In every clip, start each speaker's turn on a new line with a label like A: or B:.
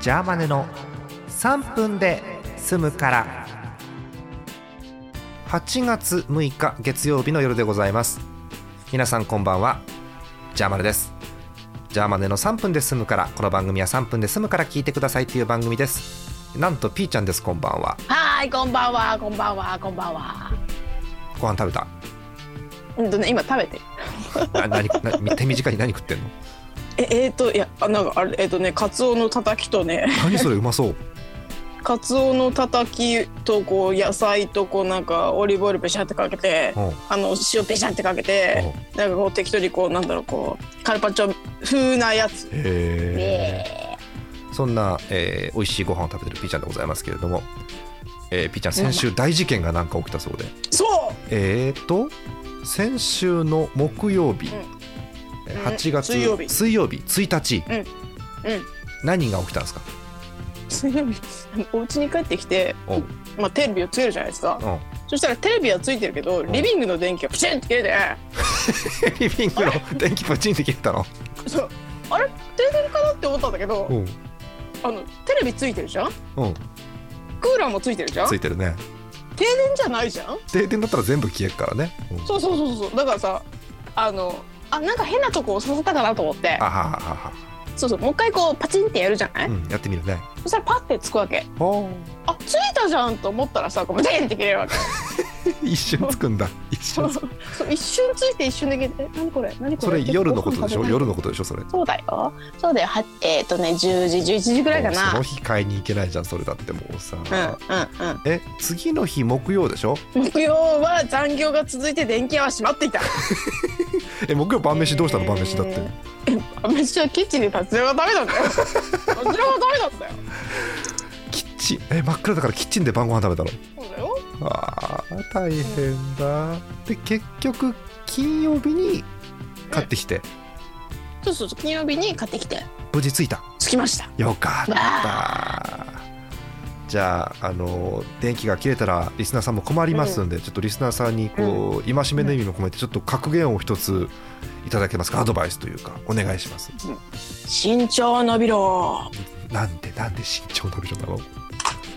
A: ジャーマネの3分で済むから8月6日月曜日の夜でございます皆さんこんばんはジャーマネですジャーマネの3分で済むからこの番組は3分で済むから聞いてくださいという番組ですなんとピーちゃんですこんばんは
B: はーい、こんばんは、こんばんは、こんばんは。
A: ご飯食べた
B: うんとね、今食べてる。
A: な何な手短に何食ってんの
B: え、えー、と、いや、あ、なんか、あれ、えっ、とね、カツオのたたきとね、
A: 何それうまそう
B: カツオのたたきと、こう、野菜と、こう、なんか、オリーブオイルペシャってかけて。
A: うん
B: あの、塩ペシャってかけて、
A: へ
B: なんか、こう、適当に、こう、なんだろう、こう、カルパッチョ風なやつ。
A: え
B: え
A: そんな、えー、美味しいご飯を食べてるピーちゃんでございますけれども、えー、ピーちゃん先週大事件がなんか起きたそうで、
B: ーそう。
A: えーと先週の木曜日、
B: うん
A: えー8月
B: 水曜日
A: 水曜日1日
B: うん。
A: 何が起きたんですか
B: 水曜日、 お家に帰ってきて、
A: おう
B: まあ、テレビをつけるじゃないですか。
A: おう
B: そしたら、テレビはついてるけど、リビングの電気がプチンって切れて。
A: リビングの電気パチンって切れたの
B: そうあれ停電かなって思ったんだけど、
A: うん
B: あのテレビついてるじゃん
A: うん
B: クーラーもついてるじゃん
A: つ
B: 停
A: いてるね
B: 電じゃないじゃん
A: 停電だったら全部消えるからね、うん、
B: そうそうそうそうだからさあのあなんか変なとこ押させたかなと思って
A: あはははは、
B: そうそうもう一回こうパチンってやるじゃない、
A: うん、やってみるね
B: そしたらパッてつくわけ
A: おう
B: あついたじゃんと思ったらさこうブチンって切れるわけ
A: 一瞬つくんだ一
B: そ
A: 瞬
B: う
A: つく
B: そう一瞬ついて一瞬で切れてえ何これ 何こ
A: そ
B: れ
A: れ夜のことでしょ夜
B: の
A: のことでしょそれ
B: そうだよそうだよはえっ、とね10時11時ぐらいか
A: もうそ
B: な
A: の日買いに行けないじゃんそれだってもうさ、
B: うんうんうん
A: え次の日木曜でしょ
B: 木曜は残業が続いて電気屋は閉まっていた
A: え木曜晩飯どうしたの晩飯だって、
B: 私はキッチンで達郎がダメなんだよ達郎がダメなんだよ
A: キッチンえ真っ暗だからキッチンで晩ご飯食べたの
B: そうだよ
A: あー大変だで結局金曜日に買ってきて
B: そうそうそう金曜日に買ってきて
A: 無事着いた
B: 着きました
A: よかったじゃああの電気が切れたらリスナーさんも困りますんで、ちょっとリスナーさんにこう戒めの意味も込めてちょっと格言を一ついただけますかアドバイスというかお願いします
B: 身長伸びろ
A: なんでなんで身長伸びるんだろ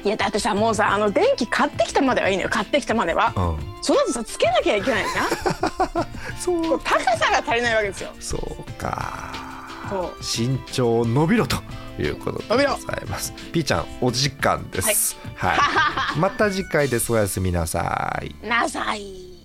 B: いやだってさもうさあの電気買ってきたまではいいのよ買ってきたまでは
A: う、うん、
B: その後さつけなきゃいけないじゃん
A: そう
B: 高さが足りないわけですよ
A: そうか
B: そう
A: 身長伸びろということでござ
B: 伸び
A: い
B: ろ
A: ますピーちゃんお時間です、はいまた次回ですおやすみなさい
B: なさい